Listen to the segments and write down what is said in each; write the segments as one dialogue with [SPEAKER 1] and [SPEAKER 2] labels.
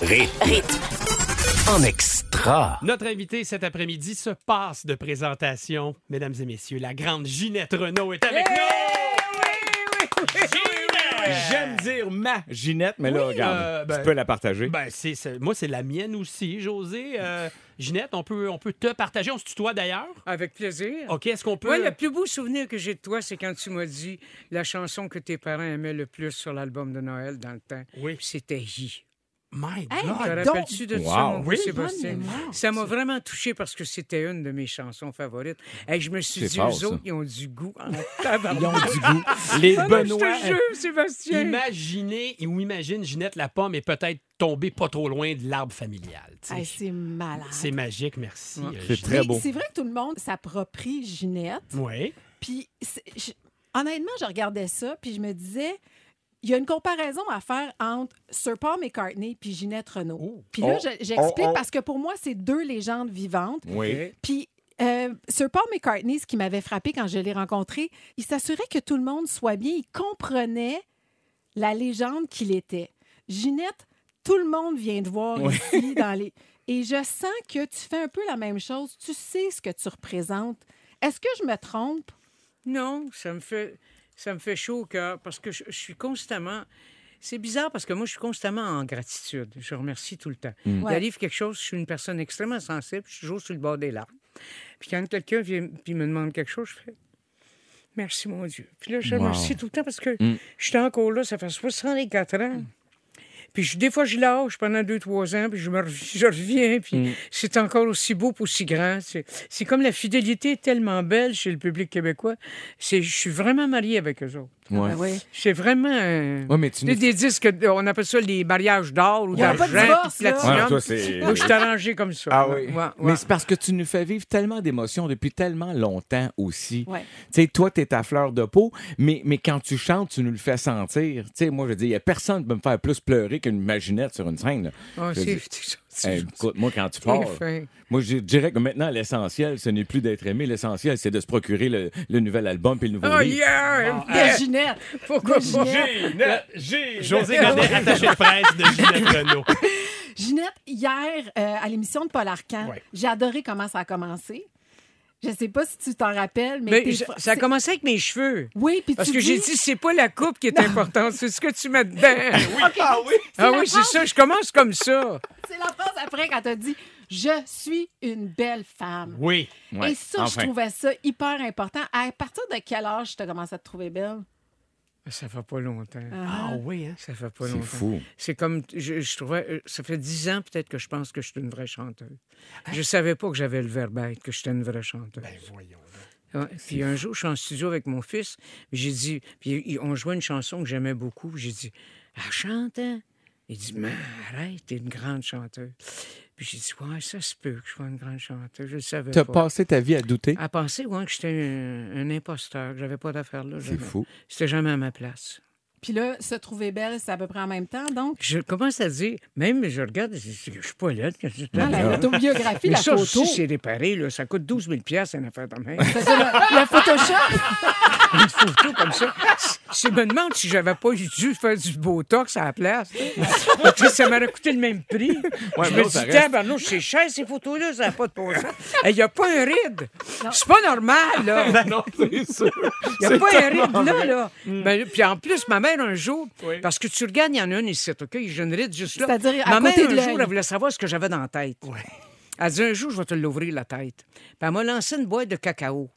[SPEAKER 1] Rythme. Rythme. En extra.
[SPEAKER 2] Notre invité cet après-midi se passe de présentation. Mesdames et messieurs, la grande Ginette Renault est avec nous! Oui, oui, oui.
[SPEAKER 3] J'aime dire ma Ginette, mais là,
[SPEAKER 2] Oui,
[SPEAKER 3] regarde,
[SPEAKER 2] euh, ben-
[SPEAKER 3] tu peux la partager.
[SPEAKER 2] Ben, c'est, c'est- moi, c'est la mienne aussi, José. Euh, Ginette, on peut, on peut te partager. On se tutoie d'ailleurs.
[SPEAKER 4] Avec plaisir.
[SPEAKER 2] OK, est-ce qu'on peut.
[SPEAKER 4] Moi, le plus beau souvenir que j'ai de toi, c'est quand tu m'as dit la chanson que tes parents aimaient le plus sur l'album de Noël dans le temps.
[SPEAKER 2] Oui.
[SPEAKER 4] Puis C'était Hi.
[SPEAKER 2] My
[SPEAKER 4] Te
[SPEAKER 2] God, donc,
[SPEAKER 4] rappelles-tu de
[SPEAKER 3] Ah, Wow. Ah,
[SPEAKER 4] ça, mon beau
[SPEAKER 2] Oui.
[SPEAKER 4] Sébastien?
[SPEAKER 5] Bonne mémoire.
[SPEAKER 4] Ça m'a vraiment touché parce que c'était une de mes chansons favorites. Et je me suis
[SPEAKER 3] C'est
[SPEAKER 4] dit,
[SPEAKER 3] fort,
[SPEAKER 4] eux
[SPEAKER 3] ça.
[SPEAKER 4] autres, ils ont du goût en tabarnak.
[SPEAKER 3] Ils ont du goût. Les
[SPEAKER 4] Ah, non,
[SPEAKER 3] Benoît.
[SPEAKER 4] Je te jure, Sébastien.
[SPEAKER 2] imaginez ou imagine Ginette la pomme est peut-être tombée pas trop loin de l'arbre familial. tu sais.
[SPEAKER 5] Hey, c'est malade.
[SPEAKER 2] c'est magique, merci.
[SPEAKER 4] Ouais.
[SPEAKER 2] euh,
[SPEAKER 3] C'est
[SPEAKER 2] Ginette.
[SPEAKER 3] très
[SPEAKER 5] Mais
[SPEAKER 3] beau.
[SPEAKER 5] C'est vrai que tout le monde s'approprie Ginette.
[SPEAKER 2] Oui.
[SPEAKER 5] Puis, c'est- je- honnêtement, je regardais ça, puis je me disais, il y a une comparaison à faire entre Sir Paul McCartney puis Ginette Renault.
[SPEAKER 2] Oh.
[SPEAKER 5] Puis là,
[SPEAKER 3] Oh.
[SPEAKER 5] je- j'explique
[SPEAKER 3] Oh, oh.
[SPEAKER 5] parce que pour moi, c'est deux légendes vivantes.
[SPEAKER 3] Oui.
[SPEAKER 5] Puis, euh, Sir Paul McCartney, ce qui m'avait frappé quand je l'ai rencontré, il s'assurait que tout le monde soit bien, il comprenait la légende qu'il était. Ginette, tout le monde vient de voir
[SPEAKER 3] Oui.
[SPEAKER 5] ici dans les... Et je sens que tu fais un peu la même chose. Tu sais ce que tu représentes. Est-ce que je me trompe?
[SPEAKER 4] Non, ça me fait, ça me fait chaud au cœur parce que je, je suis constamment. C'est bizarre parce que moi, je suis constamment en gratitude. Je remercie tout le temps. Il
[SPEAKER 5] Ouais.
[SPEAKER 4] arrive quelque chose, je suis une personne extrêmement sensible, je suis toujours sur le bord des larmes. Puis quand quelqu'un vient puis me demande quelque chose, je fais Merci, mon Dieu. Puis là, je
[SPEAKER 3] Wow.
[SPEAKER 4] remercie tout le temps parce que je suis encore là, ça fait 64 ans. Puis je- des fois, je lâche pendant deux, trois ans, puis je, me rev- je reviens, puis
[SPEAKER 3] Mm.
[SPEAKER 4] c'est encore aussi beau, puis aussi grand. C'est c'est comme la fidélité est tellement belle chez le public québécois. C'est- Je suis vraiment mariée avec eux autres.
[SPEAKER 3] Ouais.
[SPEAKER 5] Ben oui.
[SPEAKER 4] C'est vraiment... euh,
[SPEAKER 3] Ouais, mais tu
[SPEAKER 4] des,
[SPEAKER 3] nous-
[SPEAKER 4] des disques, on appelle ça les mariages d'or ou
[SPEAKER 5] y a
[SPEAKER 4] d'argent,
[SPEAKER 5] pas de divorce,
[SPEAKER 4] puis
[SPEAKER 5] là.
[SPEAKER 4] Ben, platinum.
[SPEAKER 3] Ouais, toi, c'est.
[SPEAKER 4] Moi, je suis arrangé comme ça.
[SPEAKER 3] Ah
[SPEAKER 4] Ouais, ouais,
[SPEAKER 3] oui.
[SPEAKER 4] ouais.
[SPEAKER 3] Mais c'est parce que tu nous fais vivre tellement d'émotions depuis tellement longtemps aussi.
[SPEAKER 5] Ouais.
[SPEAKER 3] Tu sais, toi, t'es ta fleur de peau, mais, mais quand tu chantes, tu nous le fais sentir. Tu sais, moi, je dis, il n'y a personne qui peut me faire plus pleurer qu'une imaginette sur une scène. là.
[SPEAKER 4] Ah,
[SPEAKER 3] Je
[SPEAKER 4] c'est-
[SPEAKER 3] dis,
[SPEAKER 4] c'est- c'est-
[SPEAKER 3] hey, écoute, moi, quand tu
[SPEAKER 4] T'es
[SPEAKER 3] parles,
[SPEAKER 4] fin.
[SPEAKER 3] moi, je dirais que maintenant, l'essentiel, ce n'est plus d'être aimé. L'essentiel, c'est de se procurer le, le nouvel album et le nouveau
[SPEAKER 4] Oh,
[SPEAKER 3] livre.
[SPEAKER 4] yeah!
[SPEAKER 5] De Ginette.
[SPEAKER 4] Pourquoi
[SPEAKER 5] de
[SPEAKER 4] pas?
[SPEAKER 5] Ginette.
[SPEAKER 2] José Godet, attaché de presse de Ginette Renault.
[SPEAKER 5] Ginette, hier, euh, à l'émission de Paul Arcan,
[SPEAKER 2] Ouais.
[SPEAKER 5] j'ai adoré comment ça a commencé. Je sais pas si tu t'en rappelles, mais,
[SPEAKER 4] Mais
[SPEAKER 5] t'es
[SPEAKER 4] je-
[SPEAKER 5] fr-
[SPEAKER 4] ça a
[SPEAKER 5] c'est-
[SPEAKER 4] commencé avec mes cheveux.
[SPEAKER 5] Oui, puis
[SPEAKER 4] Parce
[SPEAKER 5] tu
[SPEAKER 4] que j'ai
[SPEAKER 5] dis-
[SPEAKER 4] dit, c'est pas la coupe qui est importante, c'est ce que tu mets dedans.
[SPEAKER 5] Ok, c'est
[SPEAKER 4] Ah
[SPEAKER 5] la
[SPEAKER 4] oui, c'est
[SPEAKER 5] phrase-
[SPEAKER 4] ça, je commence comme ça.
[SPEAKER 5] C'est la phrase après quand t'as dit « Je suis une belle femme
[SPEAKER 2] Oui.
[SPEAKER 3] Ouais,
[SPEAKER 5] Et ça,
[SPEAKER 3] enfin.
[SPEAKER 5] je trouvais ça hyper important. À partir de quel âge tu as commencé à te trouver belle?
[SPEAKER 4] Ça fait pas longtemps.
[SPEAKER 2] Ah oui, hein?
[SPEAKER 4] Ça fait pas
[SPEAKER 3] C'est
[SPEAKER 4] longtemps.
[SPEAKER 3] fou.
[SPEAKER 4] C'est comme, je, je trouvais, euh, ça fait dix ans peut-être que je pense que je suis une vraie chanteuse. Je savais pas que j'avais le verbe être, que j'étais une vraie chanteuse.
[SPEAKER 2] Voyons.
[SPEAKER 4] Ouais, Puis un jour, je suis en studio avec mon fils. puis J'ai dit, puis il- on jouait une chanson que j'aimais beaucoup. puis J'ai dit, elle chante, hein? Il dit, mais arrête, t'es une grande chanteuse. Puis j'ai dit, ouais, ça se peut que je sois une grande chanteuse. Je le savais
[SPEAKER 3] T'as
[SPEAKER 4] pas. Ah,
[SPEAKER 3] passé ta vie à douter.
[SPEAKER 4] À penser, ouais, que j'étais un, un imposteur, que j'avais pas d'affaires là.
[SPEAKER 3] C'est
[SPEAKER 4] jamais.
[SPEAKER 3] fou.
[SPEAKER 4] C'était jamais à ma place.
[SPEAKER 5] Puis là, se trouver belle, c'est à peu près en même temps, donc.
[SPEAKER 4] Je commence à dire, même je regarde, je, je- je suis pas là. que je-
[SPEAKER 5] Dans Ah, la l'autobiographie,
[SPEAKER 4] Mais
[SPEAKER 5] la
[SPEAKER 4] ça,
[SPEAKER 5] photo.
[SPEAKER 4] si c'est réparé, là, ça coûte 12 000 une affaire de même.
[SPEAKER 5] Parce que le, le Photoshop,
[SPEAKER 4] une photo comme ça. Je me demande si j'avais pas dû faire du Botox à la place. Parce que ça m'aurait coûté le même prix. je
[SPEAKER 3] mais
[SPEAKER 4] me
[SPEAKER 3] là, ça
[SPEAKER 4] dis,
[SPEAKER 3] reste-
[SPEAKER 4] tabarnouche, c'est cher ces photos-là, ça n'a pas de bon sens. Il n'y a pas un ride. C'est pas normal, là.
[SPEAKER 3] non, c'est Mm. sûr.
[SPEAKER 4] Il n'y a pas un ride là, là. Ben, puis en plus, ma mère, un jour, parce que tu regardes, il y en a une ici, OK? J'ai une ride juste là.
[SPEAKER 5] C'est-à-dire à
[SPEAKER 4] ma mère,
[SPEAKER 5] côté de
[SPEAKER 4] un
[SPEAKER 5] l'œil.
[SPEAKER 4] jour, elle voulait savoir ce que j'avais dans la tête. Elle dit, un jour, je vais te l'ouvrir, la tête. Puis elle m'a lancé une boîte de cacao.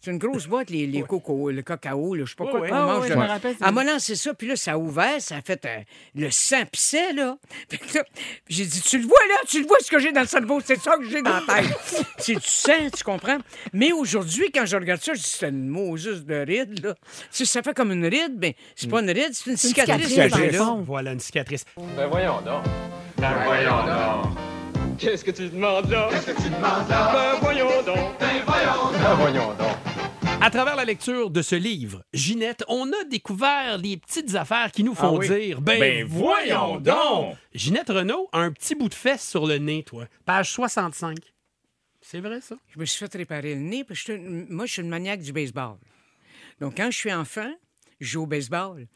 [SPEAKER 4] C'est une grosse boîte, les, les cocos, le cacao, là, je sais pas quoi
[SPEAKER 2] ouais.
[SPEAKER 4] qu'on
[SPEAKER 5] Ah,
[SPEAKER 4] mange.
[SPEAKER 5] ouais,
[SPEAKER 4] là.
[SPEAKER 5] je me rappelle, c'est-
[SPEAKER 4] Elle m'a lancé ça, puis là, ça a ouvert, ça a fait euh, le sang pissait, là. Fait que là, J'ai dit, tu le vois, là, tu le vois ce que j'ai dans le cerveau, c'est ça que j'ai dans la tête. c'est du sang, tu comprends? Mais aujourd'hui, quand je regarde ça, je dis, c'est une Moses de ride, là. Tu sais, ça fait comme une ride, mais c'est pas une ride, c'est une cicatrice.
[SPEAKER 5] Mm. cicatrice,
[SPEAKER 4] qui est
[SPEAKER 5] dans le
[SPEAKER 4] là.
[SPEAKER 5] fond.
[SPEAKER 2] Voilà une cicatrice.
[SPEAKER 6] Ben voyons donc. Qu'est-ce que tu demandes là? Qu'est-ce que tu demandes là? Ben voyons donc. Ben voyons donc. Ben voyons donc.
[SPEAKER 2] À travers la lecture de ce livre, Ginette, on a découvert les petites affaires qui nous font
[SPEAKER 3] Ah oui?
[SPEAKER 2] dire ben,
[SPEAKER 3] Ben voyons donc!
[SPEAKER 2] Ginette Renault a un petit bout de fesse sur le nez, toi. Page 65. C'est vrai, ça?
[SPEAKER 4] Je me suis fait réparer le nez parce que j'étais une- moi, je suis une maniaque du baseball. Donc, quand je suis enfant, je joue au baseball.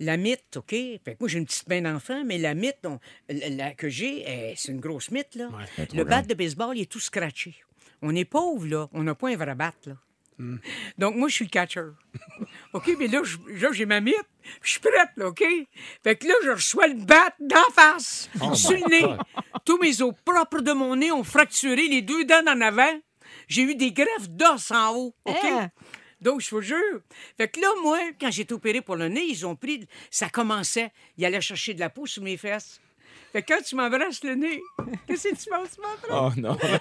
[SPEAKER 4] La mythe, OK? Fait que moi, j'ai une petite main d'enfant, mais la mythe dont- la, la- que j'ai, eh, c'est une grosse mythe, là. Le bat de baseball, il est tout scratché. On est pauvre, là. On n'a pas un vrai bat, là. Donc, moi, je suis catcher. OK, mais là, je- là, j'ai ma mythe. Je suis prête, là, OK? Fait que là, je reçois le bat d'en face,
[SPEAKER 3] Oh
[SPEAKER 4] sur le nez. Tous mes os propres de mon nez ont fracturé les deux dents en avant. J'ai eu des greffes d'os en haut, OK?
[SPEAKER 5] Hein?
[SPEAKER 4] Donc, je vous jure. Fait que là, moi, quand j'ai été opéré pour le nez, ils ont pris... Ça commençait. Ils allaient chercher de la peau sous mes fesses. Fait que quand tu m'embrasses le nez, qu'est-ce que tu penses, mon frère?
[SPEAKER 3] Oh non.
[SPEAKER 4] Mais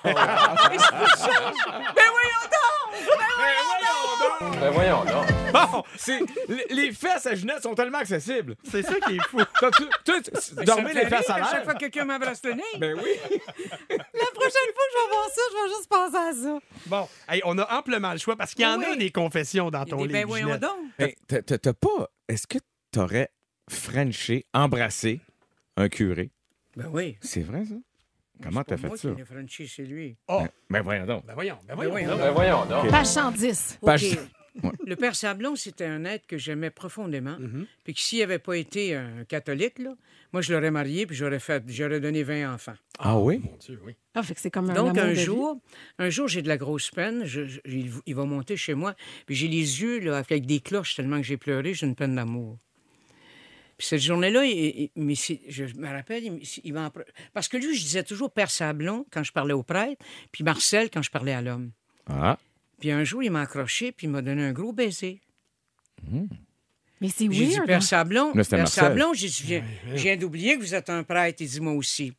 [SPEAKER 4] c'est pour ça! Ben voyons donc! Ben voyons donc!
[SPEAKER 6] Ben voyons donc.
[SPEAKER 3] Bon, c'est les- les fesses à Ginette sont tellement accessibles.
[SPEAKER 2] C'est ça qui est fou.
[SPEAKER 3] Toi, tu- tu- tu- dormez
[SPEAKER 4] Ça me
[SPEAKER 3] les
[SPEAKER 4] fait
[SPEAKER 3] fesses à
[SPEAKER 4] rire Chaque
[SPEAKER 3] l'air.
[SPEAKER 4] fois que quelqu'un m'embrasse le nez,
[SPEAKER 3] Ben oui.
[SPEAKER 5] La prochaine fois que je vais voir ça, je vais juste penser à ça.
[SPEAKER 2] Bon, hey, on a amplement le choix parce qu'il y en
[SPEAKER 4] Oui.
[SPEAKER 2] a des confessions dans
[SPEAKER 4] il y a
[SPEAKER 2] ton
[SPEAKER 4] des ben
[SPEAKER 2] livre.
[SPEAKER 4] voyons
[SPEAKER 2] Ginette.
[SPEAKER 4] donc!
[SPEAKER 3] Ben, t'as- t'as t'as pas. Est-ce que t'aurais Frenché, embrassé un curé?
[SPEAKER 4] Ben oui.
[SPEAKER 3] C'est vrai, ça? Comment
[SPEAKER 4] Pas
[SPEAKER 3] t'as fait
[SPEAKER 4] moi
[SPEAKER 3] ça?
[SPEAKER 4] qui l'ai franchi, c'est lui.
[SPEAKER 3] Ben, ben voyons donc.
[SPEAKER 2] Oh! Ben voyons, ben
[SPEAKER 4] Ben
[SPEAKER 2] voyons.
[SPEAKER 4] voyons.
[SPEAKER 6] Ben voyons donc.
[SPEAKER 5] Page 110.
[SPEAKER 3] Page-
[SPEAKER 4] OK.
[SPEAKER 3] Ouais.
[SPEAKER 4] Le père Sablon, c'était un être que j'aimais profondément.
[SPEAKER 2] Mm-hmm.
[SPEAKER 4] Puis que s'il n'avait pas été un catholique, là, moi, je l'aurais marié puis j'aurais, fait, j'aurais donné 20 enfants.
[SPEAKER 3] Ah oui?
[SPEAKER 2] Mon Dieu, oui.
[SPEAKER 5] Ah, fait que c'est comme un
[SPEAKER 4] Donc,
[SPEAKER 5] amour
[SPEAKER 4] un
[SPEAKER 5] de vie.
[SPEAKER 4] jour, un jour, j'ai de la grosse peine. Je- je- il, il va monter chez moi. Puis j'ai les yeux là, avec des cloches tellement que j'ai pleuré. J'ai une peine d'amour. Puis cette journée-là, il- il- mais c'est- je me rappelle, il, il m'a appre- parce que lui, je disais toujours Père Sablon quand je parlais au prêtre, puis Marcel quand je parlais à l'homme.
[SPEAKER 3] Ah.
[SPEAKER 4] Puis un jour, il m'a accroché, puis il m'a donné un gros baiser.
[SPEAKER 5] Mais c'est
[SPEAKER 4] J'ai dit,
[SPEAKER 5] weird. hein?
[SPEAKER 4] Père Sablon,
[SPEAKER 3] Mais c'était
[SPEAKER 4] Père
[SPEAKER 3] Marcel.
[SPEAKER 4] Sablon, j'ai dit, viens, je viens d'oublier que vous êtes un prêtre. Il dit, moi aussi.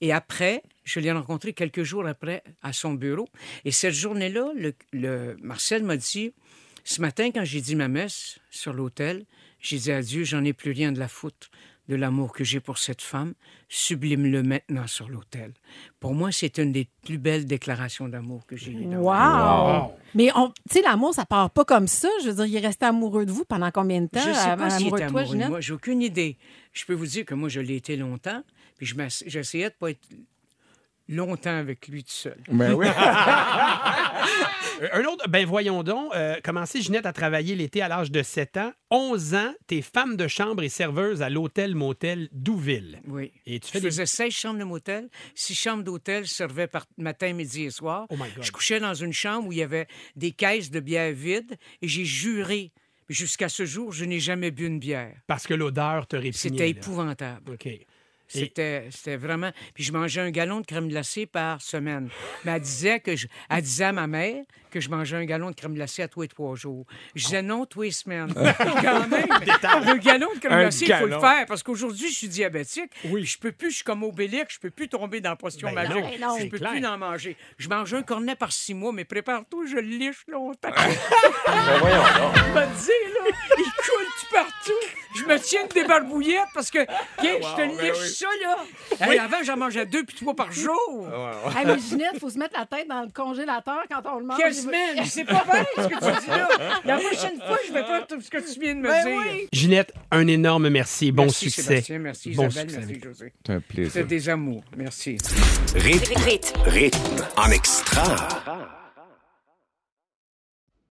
[SPEAKER 4] Et après, je l'ai rencontré quelques jours après à son bureau. Et cette journée-là, le, le- Marcel m'a dit, ce matin, quand j'ai dit ma messe sur l'autel, j'ai dit à Dieu, j'en ai plus rien de la faute de l'amour que j'ai pour cette femme. Sublime-le maintenant sur l'autel. Pour moi, c'est une des plus belles déclarations d'amour que j'ai eues. dans ma vie.
[SPEAKER 5] hein. Wow! Mais on- tu sais, l'amour, ça part pas comme ça. Je veux dire, il est resté amoureux de vous pendant combien de temps?
[SPEAKER 4] Je ne sais
[SPEAKER 5] euh,
[SPEAKER 4] pas s'il
[SPEAKER 5] amoureux
[SPEAKER 4] était
[SPEAKER 5] de toi,
[SPEAKER 4] amoureux de
[SPEAKER 5] Ginette?
[SPEAKER 4] moi. J'ai aucune idée. Je peux vous dire que moi, je l'ai été longtemps, puis je m'ass- j'essayais de pas être longtemps avec lui tout seul.
[SPEAKER 3] Ben oui.
[SPEAKER 2] Euh, Un autre, ben voyons donc, euh, commencé Ginette à travailler l'été à l'âge de 7 ans. 11 ans, t'es femme de chambre et serveuse à l'hôtel-motel Douville.
[SPEAKER 4] Oui.
[SPEAKER 2] Et tu
[SPEAKER 4] Je
[SPEAKER 2] fais des...
[SPEAKER 4] faisais 16 chambres de motel. Six chambres d'hôtel servaient par matin, midi et soir.
[SPEAKER 2] Oh my God.
[SPEAKER 4] Je couchais dans une chambre où il y avait des caisses de bière vides et j'ai juré. Jusqu'à ce jour, je n'ai jamais bu une bière.
[SPEAKER 2] Parce que l'odeur te répugnait.
[SPEAKER 4] C'était
[SPEAKER 2] là.
[SPEAKER 4] épouvantable.
[SPEAKER 2] OK. Et-
[SPEAKER 4] C'était, c'était vraiment. Puis je mangeais un gallon de crème glacée par semaine. Mais elle disait, que je... elle disait à ma mère que je mangeais un gallon de crème glacée à tous les trois jours. Je disais non tous les semaines. Quand même, un gallon de crème
[SPEAKER 3] Un
[SPEAKER 4] glacée, il faut le
[SPEAKER 3] gallon.
[SPEAKER 4] faire. Parce qu'aujourd'hui, je suis diabétique.
[SPEAKER 2] Oui.
[SPEAKER 4] Je peux plus, je suis comme Obélix, je peux plus tomber dans la position
[SPEAKER 2] Ben
[SPEAKER 4] magique.
[SPEAKER 2] non,
[SPEAKER 5] ben non.
[SPEAKER 4] je
[SPEAKER 2] c'est
[SPEAKER 4] peux
[SPEAKER 2] clair.
[SPEAKER 4] plus en manger. Je mange un cornet par six mois, mais prépare-toi, je le liche longtemps.
[SPEAKER 2] Ah.
[SPEAKER 6] Ben voyons donc.
[SPEAKER 4] Je vais te dire, là, il coule tout partout. Je me tiens des barbouillettes parce que, Viens, je
[SPEAKER 2] ben
[SPEAKER 4] te liche ça, là. Hey, Avant, j'en mangeais deux puis trois par jour.
[SPEAKER 5] Ah, mais Ginette, faut se mettre la tête dans le congélateur quand on le mange.
[SPEAKER 4] Quelle semaine! C'est pas vrai ce que tu dis là. La prochaine fois, je vais faire tout ce que tu viens de me
[SPEAKER 5] Ben
[SPEAKER 4] dire.
[SPEAKER 5] oui.
[SPEAKER 2] Ginette, un énorme merci. Bon
[SPEAKER 4] merci,
[SPEAKER 2] succès.
[SPEAKER 4] Sébastien, merci,
[SPEAKER 2] Bon
[SPEAKER 4] Isabelle,
[SPEAKER 2] succès
[SPEAKER 4] merci,
[SPEAKER 2] avec-
[SPEAKER 4] José.
[SPEAKER 3] C'est un
[SPEAKER 4] C'est
[SPEAKER 3] plaisir.
[SPEAKER 4] des amours. Merci.
[SPEAKER 1] Rythme. Rythme en extra.